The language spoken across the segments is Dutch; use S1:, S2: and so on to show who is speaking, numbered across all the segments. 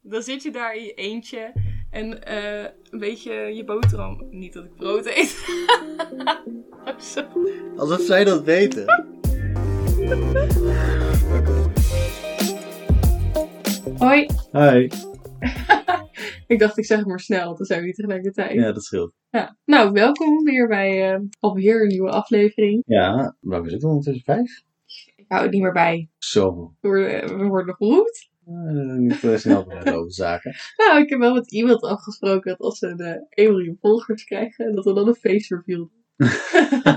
S1: dan zit je daar in je eentje en eh, een beetje je boterham. Niet dat ik brood eet. Of zo.
S2: Alsof zij dat weten.
S1: Hoi,
S2: Hi.
S1: ik dacht ik zeg het maar snel, dan zijn we niet tegelijkertijd.
S2: Ja, dat scheelt.
S1: Ja. Nou, welkom weer bij eh, alweer een nieuwe aflevering.
S2: Ja, maar we zitten ondertussen vijf.
S1: Ik hou het niet meer bij.
S2: Zoveel.
S1: We worden, eh, we worden nog geroemd.
S2: Eh, niet te snel praten over zaken.
S1: Nou, ik heb wel met iemand afgesproken dat als we de 1 miljoen volgers krijgen, dat we dan een face reveal doen.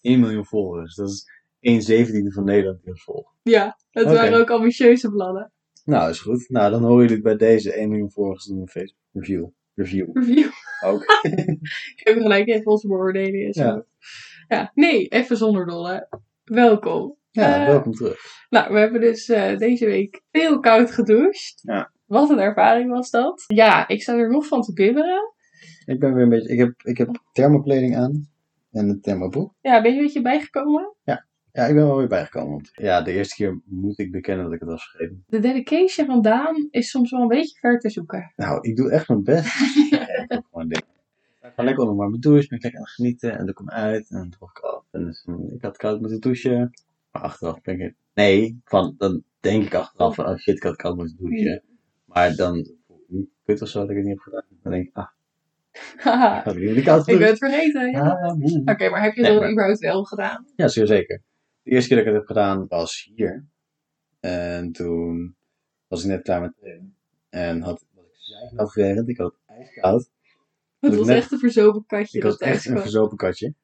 S2: 1 miljoen volgers. Dat is 1 zeventiende van Nederland die ons volgt.
S1: Ja, het
S2: Oké.
S1: waren ook ambitieuze plannen.
S2: Nou, is goed. Nou, dan horen jullie bij deze 1 miljoen volgers doen een Facebook review. Review
S1: Review.
S2: ook.
S1: Ik heb gelijk even onze beoordelingen. en zo.
S2: Ja.
S1: ja, nee, even zonder dolle. Welkom.
S2: Ja,
S1: Eh,
S2: welkom terug.
S1: Nou, we hebben dus eh, deze week heel koud gedoucht.
S2: Ja.
S1: Wat een ervaring was dat. Ja, ik sta er nog van te bibberen.
S2: Ik ben weer een beetje... Ik heb, ik heb thermokleding aan. En een thermobroek.
S1: Ja, ben je een beetje bijgekomen?
S2: Ja, ik ben wel weer bijgekomen. Want ja, de eerste keer moet ik bekennen dat ik het was vergeten.
S1: De dedication van Daan is soms wel een beetje ver te zoeken.
S2: Nou, ik doe echt mijn best. ja, ik doe gewoon dingen. Ik ga lekker onder mijn douche, ben ik lekker aan het genieten. En doe ik hem uit en dan droog ik af. En dus, mm, ik had koud moeten douchen. Maar achteraf denk ik... Nee, van, dan denk ik achteraf van... Oh shit, ik had koud moeten douchen. Maar dan voel ik me niet kut of zo dat ik het niet heb gedaan. Dan denk ik... Ah, ik
S1: Haha,
S2: had niet koud
S1: ik ben
S2: gedoucht.
S1: het vergeten. ja.
S2: Ah, mm.
S1: Oké, maar heb je
S2: Nee,
S1: dat
S2: maar-
S1: überhaupt wel gedaan?
S2: Ja, zeer zeker. De eerste keer dat ik het heb gedaan was hier. En toen was ik net klaar met trainen. En had, was ik zijnafwerend, ik had het ijskoud.
S1: Het
S2: ik
S1: was
S2: net-
S1: echt een verzopen katje.
S2: Ik was
S1: dat
S2: echt een
S1: gewoon-
S2: verzopen katje.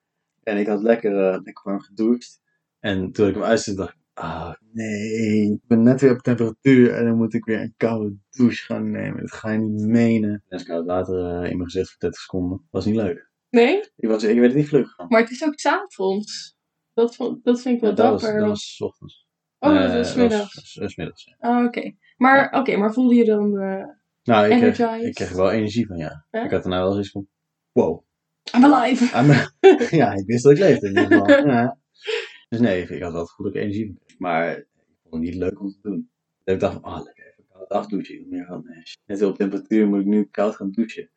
S2: En ik had lekker, eh, lekker warm gedoucht. En toen ik hem uitzette, dacht ik, ah nee, ik ben net weer op temperatuur. En dan moet ik weer een koude douche gaan nemen. Dat ga je niet menen. En koud later eh, in mijn gezicht voor 30 seconden. Was niet leuk.
S1: Nee?
S2: Ik, was, ik werd er niet gelukkig van.
S1: Maar het is ook 's avonds. Dat, vond- dat vind ik wel
S2: Ja, dat was,
S1: dapper.
S2: dat was 's ochtends.
S1: oh, dat
S2: Eh,
S1: was 's middags.
S2: was- was- was 's middags, ja.
S1: Ah, oké. Maar, oké, maar voelde je dan... eh,
S2: Nou, ik kreeg,
S1: Energized.
S2: ik kreeg er wel energie van, ja.
S1: Ja?
S2: Ik had er nou wel zoiets van, wow.
S1: I'm alive!
S2: I'm- Ah, ja, ik wist dat ik leefde in ieder geval. Ja. Dus nee, ik had wel goede energie van. Maar ik vond het niet leuk om te doen. Dus ik dacht van, ah, lekker even koud afdouchen. Ik meer van, nee, shit. net op temperatuur moet ik nu koud gaan douchen.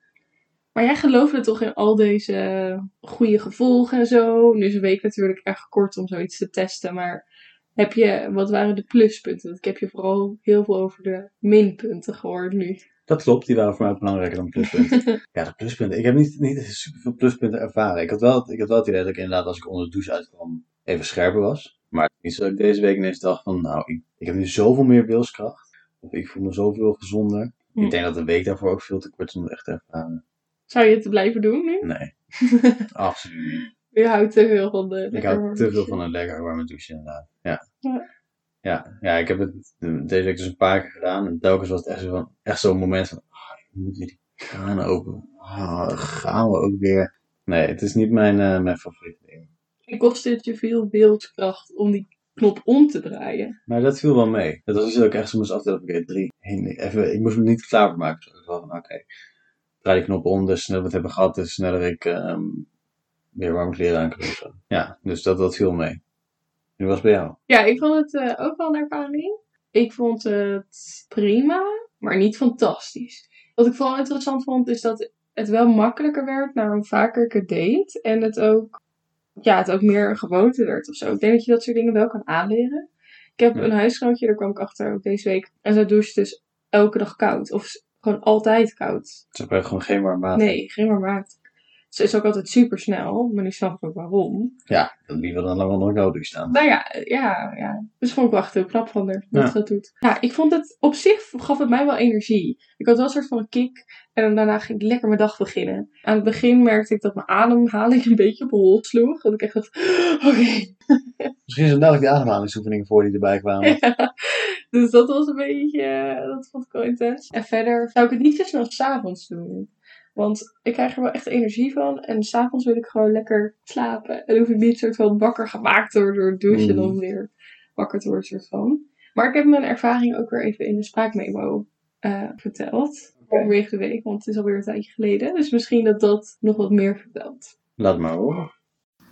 S1: Maar jij geloofde toch in al deze eh, goede gevolgen en zo? Nu is een week natuurlijk erg kort om zoiets te testen, maar... Heb je, wat waren de pluspunten? Want ik heb je vooral heel veel over de minpunten gehoord nu.
S2: Dat klopt, die waren voor mij belangrijker dan pluspunten. ja, de pluspunten. Ik heb niet, niet superveel pluspunten ervaren. Ik had, wel, ik had wel het idee dat ik inderdaad als ik onder de douche uitkwam even scherper was. Maar niet zo dat ik deze week ineens dacht van, nou, ik, ik heb nu zoveel meer wilskracht. Of ik voel me zoveel gezonder. Ik denk dat een week daarvoor ook veel te kort is om het echt eh, te ervaren.
S1: Zou je het blijven doen nu?
S2: Nee, absoluut niet.
S1: Je houdt te veel van de...
S2: Ik hou te veel van een lekker warme douche inderdaad. Ja.
S1: Ja.
S2: Ja, ja ik heb het de- deze week dus een paar keer gedaan. En telkens was het echt, zo van, echt zo'n moment van... ah, ik moet weer die kraan open. Ah, gaan we ook weer. Nee, het is niet mijn, eh, mijn favoriete ding.
S1: En kost het je veel wilskracht om die knop om te draaien?
S2: Maar dat viel wel mee. Dat was dus dat ik echt zo moest aftellen van oké, drie. één, nee, even, ik moest me niet klaar voor maken. Dus ik dacht van oké, draai die knop om. Dus sneller we het hebben gehad, dus sneller ik ehm, weer warme kleren aan kan doen of zo. Ja, dus dat, dat viel mee. Nu was het bij jou.
S1: Ja, ik vond het eh, ook wel een ervaring. Ik vond het prima, maar niet fantastisch. Wat ik vooral interessant vond, is dat het wel makkelijker werd naarmate vaker ik het deed. En het ook, ja, het ook meer een gewoonte werd of zo. Ik denk dat je dat soort dingen wel kan aanleren. Ik heb
S2: Ja.
S1: een huisgenootje, daar kwam ik achter ook deze week. En zij doucht dus elke dag koud. Of s- gewoon altijd koud.
S2: Ze hebben gewoon geen warm water.
S1: Nee, geen maar maat. Ze is ook altijd super snel, maar nu snap ik ook waarom.
S2: Ja, dan liever dan lang onder een koude douche staan.
S1: Nou ja, ja, ja. Dus vond ik wel echt heel knap van haar dat
S2: Ja.
S1: ze dat doet. Ja, ik vond het op zich gaf het mij wel energie. Ik had wel een soort van een kick en daarna ging ik lekker mijn dag beginnen. Aan het begin merkte ik dat mijn ademhaling een beetje op hol sloeg. Dat ik echt dacht, oké.
S2: Misschien zijn dadelijk die ademhalingsoefeningen voor die erbij kwamen.
S1: Ja. Dus dat was een beetje, eh, dat vond ik wel intens. En verder zou ik het niet zo snel s'avonds doen. Want ik krijg er wel echt energie van. En s'avonds wil ik gewoon lekker slapen. En hoef ik niet soort van wakker gemaakt te worden door het douchen.
S2: Mhm.
S1: Dan weer wakker te worden soort van. Maar ik heb mijn ervaring ook weer even in de spraakmemo eh, verteld.
S2: Oké.
S1: Halverwege de week, want het is alweer een tijdje geleden. Dus misschien dat dat nog wat meer vertelt.
S2: Laat maar horen.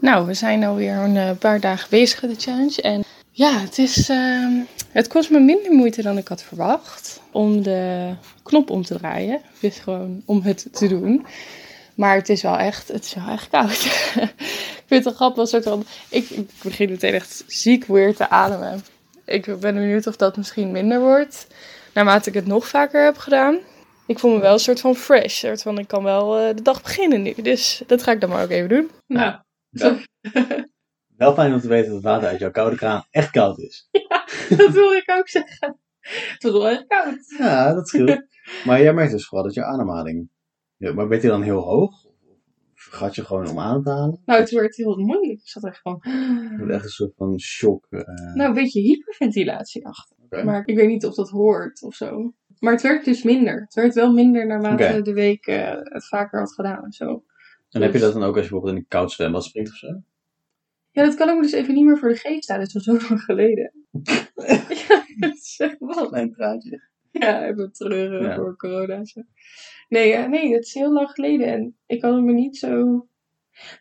S1: Nou, we zijn alweer een eh, paar dagen bezig met de challenge. En Ja, het, is, ehm, het kost me minder moeite dan ik had verwacht om de knop om te draaien. Dus gewoon om het te doen. Maar het is wel echt, het is wel echt koud. ik vind het een grappig een soort van... Ik, ik begin meteen echt ziek weer te ademen. Ik ben benieuwd of dat misschien minder wordt. Naarmate ik het nog vaker heb gedaan. Ik voel me wel een soort van fresh. Een soort van, ik kan wel eh, de dag beginnen nu. Dus dat ga ik dan maar ook even doen.
S2: Nou, Wel, wel fijn om te weten dat het water uit jouw koude kraan echt koud is.
S1: dat wil ik ook zeggen. Het was wel echt koud.
S2: Ja, dat scheelt. maar jij merkt dus gewoon dat je ademhaling... Ja, maar ben je dan heel hoog? Vergat je gewoon om adem te halen?
S1: Nou, het werd heel moeilijk. Ik zat echt van...
S2: Je hebt echt een soort van shock. eh,
S1: Nou, een beetje hyperventilatie achter.
S2: Oké.
S1: Maar ik weet niet of dat hoort of zo. Maar het werd dus minder. Het werd wel minder naarmate
S2: Oké.
S1: de week eh, het vaker had gedaan en zo.
S2: en heb je dat dan ook als je bijvoorbeeld in een koud zwembad springt of zo?
S1: Ja, dat kan ik me dus even niet meer voor de geest staan. Dat is al zo lang geleden. ja, dat is echt wat.
S2: Klein praatje.
S1: Ja, even treuren
S2: Ja.
S1: eh, voor corona. en zo. Nee, ja, nee, dat is heel lang geleden en ik kan het me niet zo.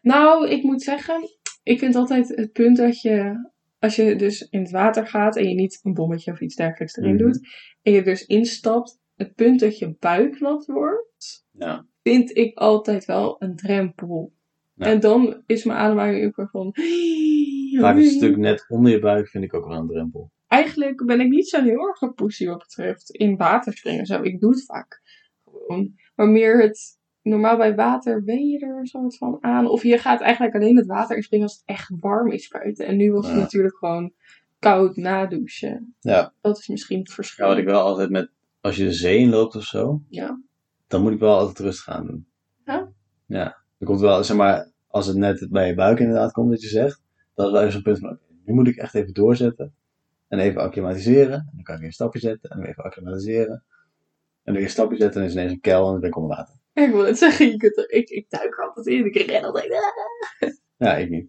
S1: Nou, ik moet zeggen, ik vind altijd het punt dat je, als je dus in het water gaat en je niet een bommetje of iets dergelijks erin
S2: Mhm.
S1: doet, en je dus instapt, het punt dat je buik nat wordt,
S2: Ja.
S1: vind ik altijd wel een drempel.
S2: Ja.
S1: En dan is mijn ademhaling ook weer van.
S2: Vaak is het stuk net onder je buik vind ik ook wel een drempel.
S1: Eigenlijk ben ik niet zo'n heel erg poesie wat betreft in water springen. en Zo. Ik doe het vaak gewoon. Maar meer het. Normaal bij water ben je er een soort van aan. Of je gaat eigenlijk alleen het water in springen als het echt warm is buiten. En nu was het
S2: Ja.
S1: natuurlijk gewoon koud nadouchen.
S2: Ja.
S1: Dat is misschien het verschil.
S2: Ja, wat ik wel altijd met... Als je de zee in loopt of zo...
S1: Ja.
S2: Dan moet ik wel altijd rustig aan doen.
S1: Ja?
S2: Ja. Er komt wel, zeg maar... Als het net bij je buik inderdaad komt wat je zegt... Dat is wel even zo'n punt van... oké, nu moet ik echt even doorzetten. En even acclimatiseren. En dan kan ik weer een stapje zetten. En weer even acclimatiseren. En weer een stapje zetten. En dan is ineens een kel. En dan ben ik onder water.
S1: Ik wil het zeggen, je kunt er, ik, ik duik er altijd in. Ik ren altijd. Ah,
S2: Ja, ik niet.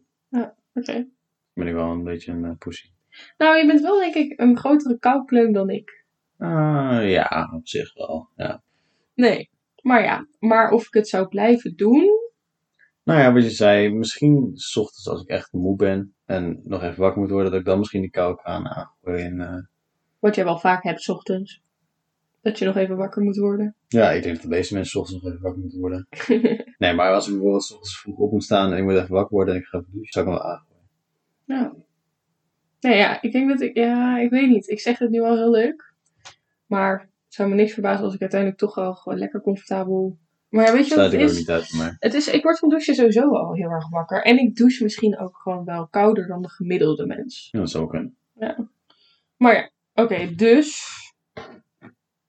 S1: Oké.
S2: Ben ik wel een beetje een eh, pussy.
S1: Nou, je bent wel denk ik een grotere koukleum dan ik.
S2: Ah, ja, op zich wel. Ja.
S1: Nee. Maar ja, maar of ik het zou blijven doen.
S2: Nou ja, wat je zei, misschien 's ochtends als ik echt moe ben en nog even wakker moet worden, dat ik dan misschien die koude kraan aangooi. En, eh,
S1: Wat jij wel vaak hebt 's ochtends. Dat je nog even wakker moet worden.
S2: ja, ik denk dat de meeste mensen 's ochtends nog even wakker moeten worden. Nee, maar als ik bijvoorbeeld 's ochtends vroeg op moet staan en ik moet even wakker worden en ik ga even douchen, zou ik hem wel aangooien.
S1: Nee, ja, ik denk dat ik. Ja, ik weet niet. Ik zeg het nu wel heel leuk. Maar het zou me niks verbazen als ik uiteindelijk toch wel gewoon lekker comfortabel. Maar ja, weet je wat het
S2: Sluit ik ook
S1: is?
S2: niet uit, maar
S1: Het is? Ik word van douchen sowieso al heel erg wakker. En ik douche misschien ook gewoon wel kouder dan de gemiddelde mens.
S2: ja, dat zou kunnen.
S1: Maar ja, oké, dus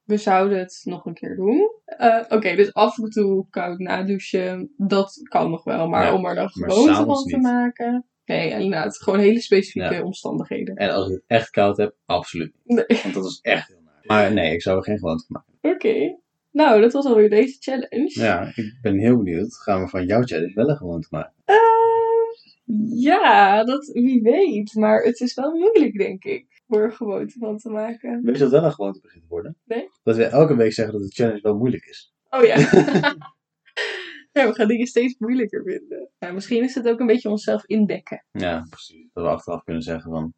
S1: we zouden het nog een keer doen. Eh, oké, dus af en toe koud nadouchen, dat kan nog wel. Maar
S2: Ja,
S1: om er dan
S2: maar
S1: gewoonte
S2: s'avonds
S1: van te
S2: niet.
S1: maken... Nee, inderdaad, gewoon hele specifieke
S2: Ja.
S1: omstandigheden.
S2: En als ik het echt koud heb, absoluut.
S1: Nee.
S2: Want dat is echt heel naar. Maar nee, ik zou er geen gewoonte van maken.
S1: Oké, nou, dat was alweer deze challenge.
S2: Ja, ik ben heel benieuwd. Gaan we van jouw challenge wel een gewoonte maken?
S1: Eh, ja, dat, wie weet. Maar het is wel moeilijk, denk ik, om er gewoonte van te maken.
S2: Weet je dat wel een gewoonte begint te worden?
S1: Nee.
S2: Dat we elke week zeggen dat de challenge wel moeilijk is.
S1: Oh ja. ja, we gaan dingen steeds moeilijker vinden. Ja, misschien is het ook een beetje onszelf indekken.
S2: Ja, precies. Dat we achteraf kunnen zeggen van,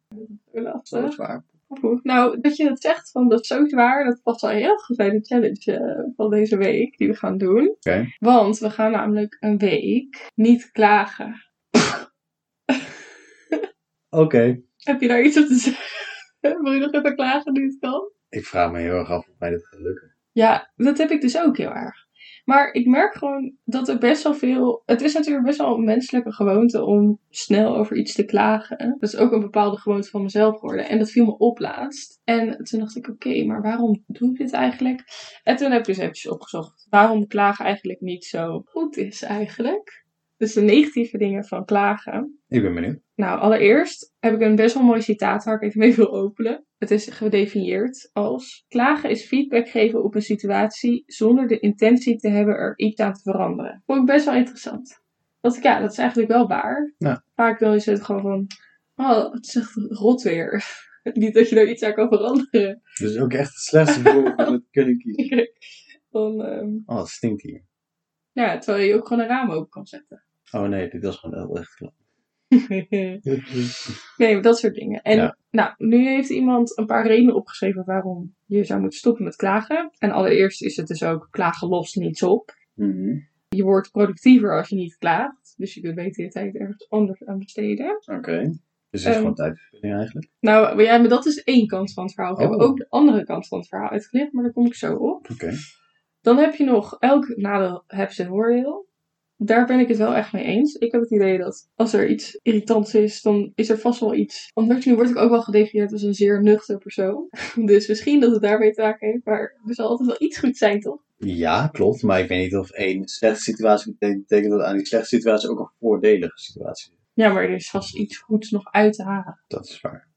S1: Olaf,
S2: dat is waar.
S1: oeh. Nou, dat je dat zegt, van dat is zo zwaar, dat past wel heel goed bij de challenge eh, van deze week die we gaan doen.
S2: Oké.
S1: Want we gaan namelijk een week niet klagen.
S2: Oké.
S1: Heb je daar iets op te zeggen? Wil je nog even klagen nu het kan?
S2: Ik vraag me heel erg af of mij dit gaat lukken.
S1: Ja, dat heb ik dus ook heel erg. Maar ik merk gewoon dat er best wel veel. Het is natuurlijk best wel een menselijke gewoonte om snel over iets te klagen. Dat is ook een bepaalde gewoonte van mezelf geworden. En dat viel me op laatst. En toen dacht ik: oké, maar waarom doe ik dit eigenlijk? En toen heb ik dus eventjes opgezocht waarom klagen eigenlijk niet zo goed is, eigenlijk. Dus de negatieve dingen van klagen.
S2: Ik ben benieuwd.
S1: Nou, allereerst heb ik een best wel mooi citaat waar ik even mee wil openen. Het is gedefinieerd als: klagen is feedback geven op een situatie zonder de intentie te hebben er iets aan te veranderen. Vond ik best wel interessant. Want ja, dat is eigenlijk wel waar.
S2: Ja.
S1: Vaak dan is het gewoon van: oh, het is echt rot weer. Niet dat je er iets aan kan veranderen.
S2: Dus ook echt het slechtste voor het kunnen kiezen.
S1: Dan, ehm, nou
S2: Oh, het stinkt hier.
S1: ja, terwijl je ook gewoon een raam open kan zetten.
S2: Oh nee, dit was gewoon heel echt.
S1: nee, maar dat soort dingen. En
S2: Ja.
S1: nou, nu heeft iemand een paar redenen opgeschreven waarom je zou moeten stoppen met klagen. En allereerst is het dus ook klagen lost niets op.
S2: Mhm.
S1: Je wordt productiever als je niet klaagt. Dus je kunt beter je tijd ergens anders aan besteden.
S2: Oké. Dus het
S1: Ehm,
S2: is gewoon tijdverspilling eigenlijk.
S1: Nou, maar ja, maar dat is één kant van het verhaal. Ik heb
S2: Oh.
S1: ook de andere kant van het verhaal uitgelegd, maar daar kom ik zo op.
S2: Oké.
S1: Dan heb je nog elk nadeel heb zijn voordeel. Daar ben ik het wel echt mee eens. Ik heb het idee dat als er iets irritants is, dan is er vast wel iets. Anders nu word ik ook wel gedefinieerd als een zeer nuchter persoon. Dus misschien dat het daarmee te maken heeft, maar er zal altijd wel iets goed zijn, toch?
S2: Ja, klopt. Maar ik weet niet of één slechte situatie betekent, betekent dat aan die slechte situatie ook een voordelige situatie is.
S1: Ja, maar er is vast iets goeds nog uit te halen.
S2: Dat is waar.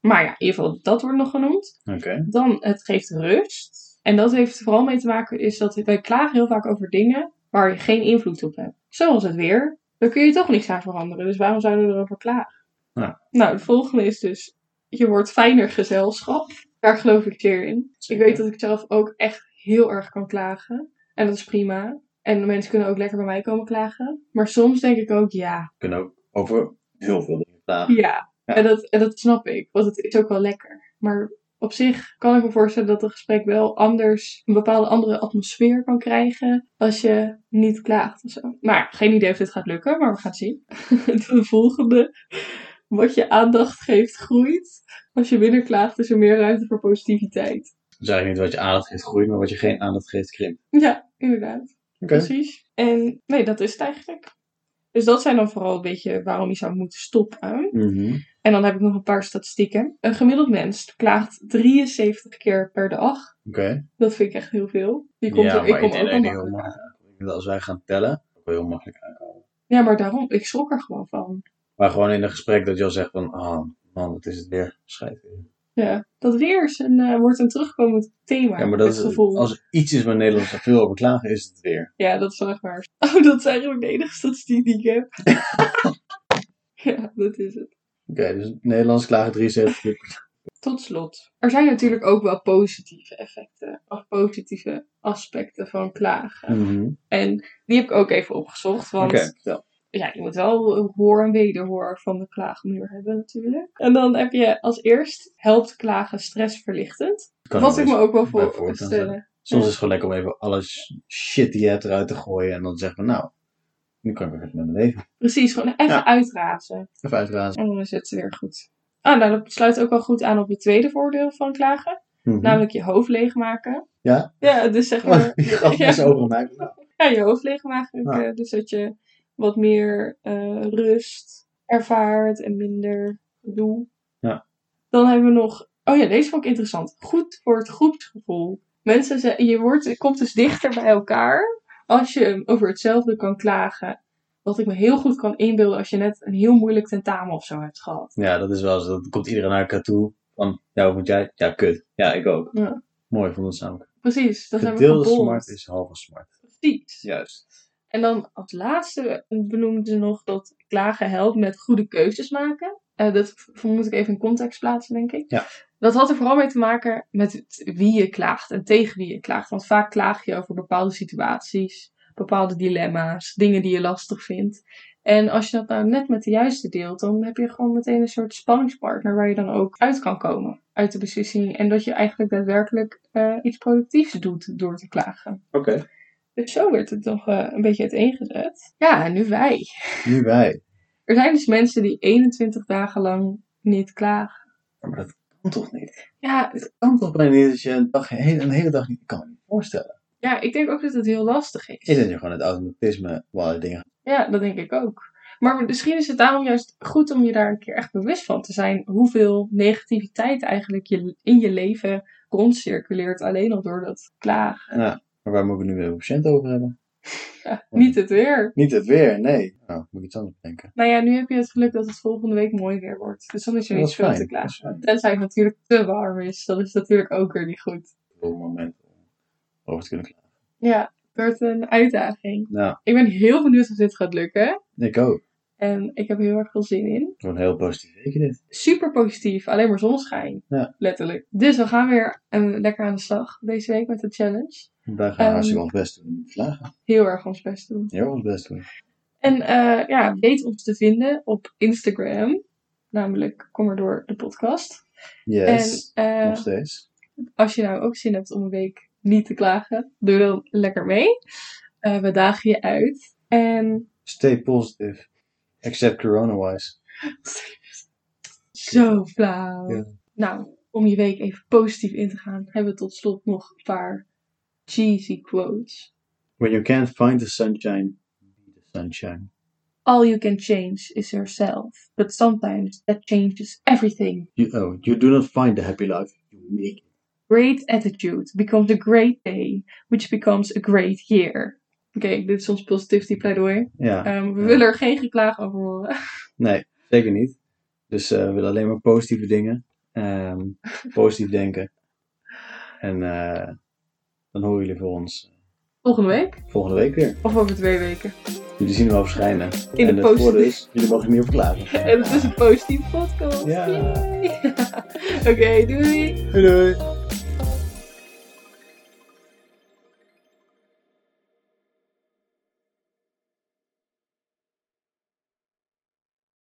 S1: Maar ja, in ieder geval, dat wordt nog genoemd.
S2: Oké.
S1: Dan, het geeft rust. En dat heeft vooral mee te maken is dat wij klagen heel vaak over dingen waar je geen invloed op hebt. Zoals het weer. Daar kun je toch niks aan veranderen. Dus waarom zouden we erover klagen?
S2: Ja.
S1: Nou, het volgende is dus, je wordt fijner gezelschap. Daar geloof ik zeer in. Ik weet dat ik zelf ook echt heel erg kan klagen. En dat is prima. En de mensen kunnen ook lekker bij mij komen klagen. Maar soms denk ik ook, ja.
S2: We kunnen ook over heel veel dingen praten.
S1: Ja.
S2: Ja.
S1: En, dat, en dat snap ik, want het is ook wel lekker. Maar op zich kan ik me voorstellen dat een gesprek wel anders, een bepaalde andere atmosfeer kan krijgen als je niet klaagt of zo. Maar ja, geen idee of dit gaat lukken, maar we gaan het zien. De volgende. Wat je aandacht geeft, groeit. Als je minder klaagt, is er meer ruimte voor positiviteit.
S2: Dus eigenlijk niet wat je aandacht geeft groeit, maar wat je geen aandacht geeft krimpt.
S1: Ja, inderdaad.
S2: Oké.
S1: Precies. En nee, dat is het eigenlijk. Dus dat zijn dan vooral een beetje waarom je zou moeten stoppen.
S2: Mhm.
S1: En dan heb ik nog een paar statistieken. Een gemiddeld mens klaagt 73 keer per dag.
S2: Oké.
S1: Dat vind ik echt heel veel. Die komt
S2: ja,
S1: er, ik
S2: maar
S1: kom
S2: denk
S1: ook al
S2: dat je heel
S1: makkelijk.
S2: makkelijk aankomt. Ik denk dat Als wij gaan tellen, ook wel heel makkelijk aankomen.
S1: Ja, maar daarom, ik schrok er gewoon van.
S2: Maar gewoon in een gesprek dat je al zegt van, ah man, wat is het weer? Schijt.
S1: Ja, dat weer is een, eh, wordt een terugkomend thema.
S2: Ja, maar dat
S1: het
S2: is,
S1: gevoel.
S2: als er iets is waar Nederlanders er veel over klagen, is het weer.
S1: Ja, dat is wel echt waar. Oh, dat is eigenlijk de enige statistiek die ik heb. ja, dat is het.
S2: Oké, dus Nederlands klagen 73 keer.
S1: Tot slot. Er zijn natuurlijk ook wel positieve effecten. Of positieve aspecten van klagen.
S2: Mhm.
S1: En die heb ik ook even opgezocht. Want
S2: Oké, vertel.
S1: ja, je moet wel een hoor en wederhoor van de klaagmuur hebben natuurlijk. En dan heb je als eerst helpt klagen stressverlichtend.
S2: Kan
S1: wat ik me
S2: eens
S1: ook wel
S2: bij
S1: voor
S2: voor
S1: kan
S2: kan
S1: stellen.
S2: Soms is het gewoon lekker om even alle sh- shit die je hebt eruit te gooien. En dan zeggen we, nou, nu kan ik weer verder met mijn leven.
S1: Precies, gewoon even
S2: Ja.
S1: uitrazen.
S2: Even uitrazen.
S1: En dan is het weer goed. Ah, nou, dat sluit ook wel goed aan op het tweede voordeel van klagen.
S2: Mhm.
S1: Namelijk je hoofd leegmaken.
S2: Ja?
S1: Ja, dus zeg maar...
S2: Maar die gaf
S1: ja,
S2: is overgemaakt. Nou,
S1: ja, je hoofd leegmaken.
S2: Ja.
S1: eh, Dus dat je wat meer eh, rust ervaart en minder gedoe.
S2: Ja.
S1: Dan hebben we nog... Oh ja, deze vond ik interessant. Goed voor het groepsgevoel. Mensen zeggen, je wordt, je komt dus dichter bij elkaar als je over hetzelfde kan klagen. Wat ik me heel goed kan inbeelden als je net een heel moeilijk tentamen of zo hebt gehad.
S2: Ja, dat is wel zo. Dan komt iedereen naar elkaar toe. Van, ja, hoe moet jij? Ja, kut. Ja, ik ook.
S1: Ja.
S2: Mooi, vond het samen.
S1: Precies, dat zijn we
S2: Gedeelde
S1: gebond.
S2: smart is halve smart.
S1: Precies.
S2: Juist.
S1: En dan als laatste benoemden ze nog dat klagen helpt met goede keuzes maken. Eh, dat v- moet ik even in context plaatsen, denk ik.
S2: Ja.
S1: Dat had er vooral mee te maken met het- wie je klaagt en tegen wie je klaagt. Want vaak klaag je over bepaalde situaties, bepaalde dilemma's, dingen die je lastig vindt. En als je dat nou net met de juiste deelt, dan heb je gewoon meteen een soort spanningspartner waar je dan ook uit kan komen uit de beslissing. En dat je eigenlijk daadwerkelijk eh, iets productiefs doet door te klagen.
S2: Oké.
S1: Dus zo werd het nog eh, een beetje uiteengezet. Ja, en nu wij.
S2: Nu wij.
S1: Er zijn dus mensen die 21 dagen lang niet klagen.
S2: Ja, maar dat kan toch niet?
S1: Ja,
S2: Het kan toch bijna niet dat je een, dag, een, hele, een hele dag niet ik kan. me niet voorstellen.
S1: ja, ik denk ook dat het heel lastig is.
S2: Is het nu gewoon het automatisme voor alle dingen?
S1: Ja, dat denk ik ook. Maar misschien is het daarom juist goed om je daar een keer echt bewust van te zijn. Hoeveel negativiteit eigenlijk je, in je leven rondcirculeert. Alleen al door dat klagen.
S2: Ah, Maar waar moet ik nu weer een patiënt over hebben?
S1: Ja, niet het weer.
S2: Niet het weer, nee. Nou, moet ik iets anders bedenken.
S1: Nou ja, nu heb je het geluk dat het volgende week mooi weer wordt. Dus dan is er
S2: Ja,
S1: niet veel te
S2: Dat
S1: klagen.
S2: is fijn.
S1: Tenzij het natuurlijk te warm is. Dat is natuurlijk ook weer niet goed.
S2: Op het moment om over te kunnen klagen.
S1: Ja, het werd een uitdaging.
S2: Nou,
S1: Ik ben heel benieuwd of dit gaat lukken.
S2: ik ook.
S1: En ik heb er heel erg veel zin in.
S2: Het wordt een heel positief weekje dit.
S1: Super positief, alleen maar zonschijn.
S2: Ja.
S1: Letterlijk. Dus we gaan weer eh, lekker aan de slag deze week met de challenge.
S2: Wij gaan
S1: Ehm,
S2: hartstikke ons best doen. om te Klagen.
S1: Heel erg ons best doen.
S2: Heel ons best doen.
S1: En En eh, ja, weet ons te vinden op Instagram. Namelijk Kom maar door de podcast.
S2: Yes,
S1: en eh,
S2: nog steeds.
S1: als je nou ook zin hebt om een week niet te klagen, doe dan lekker mee. Eh, we dagen je uit. En
S2: Stay positive. Except corona-wise.
S1: zo flauw.
S2: Ja.
S1: Nou, om je week even positief in te gaan, hebben we tot slot nog een paar cheesy quotes.
S2: When you can't find the sunshine, be the sunshine.
S1: All you can change is yourself, but sometimes that changes everything.
S2: You, oh, you do not find the happy life, you make it.
S1: Great attitude becomes a great day, which becomes a great year. Oké, dit is ons positivity pleidooi.
S2: Ja,
S1: Ehm, we
S2: Ja.
S1: willen er geen geklaag over horen.
S2: nee, zeker niet. Dus eh, we willen alleen maar positieve dingen. Ehm, positief denken. En eh, dan horen jullie voor ons
S1: Volgende week
S2: volgende week weer.
S1: of over twee weken.
S2: Jullie zien hem al verschijnen.
S1: In
S2: en
S1: de
S2: het voordeel
S1: positieve.
S2: is, jullie mogen niet op klagen.
S1: En het is een positieve podcast.
S2: Ja.
S1: Yay. Oké, doei.
S2: Doei doei!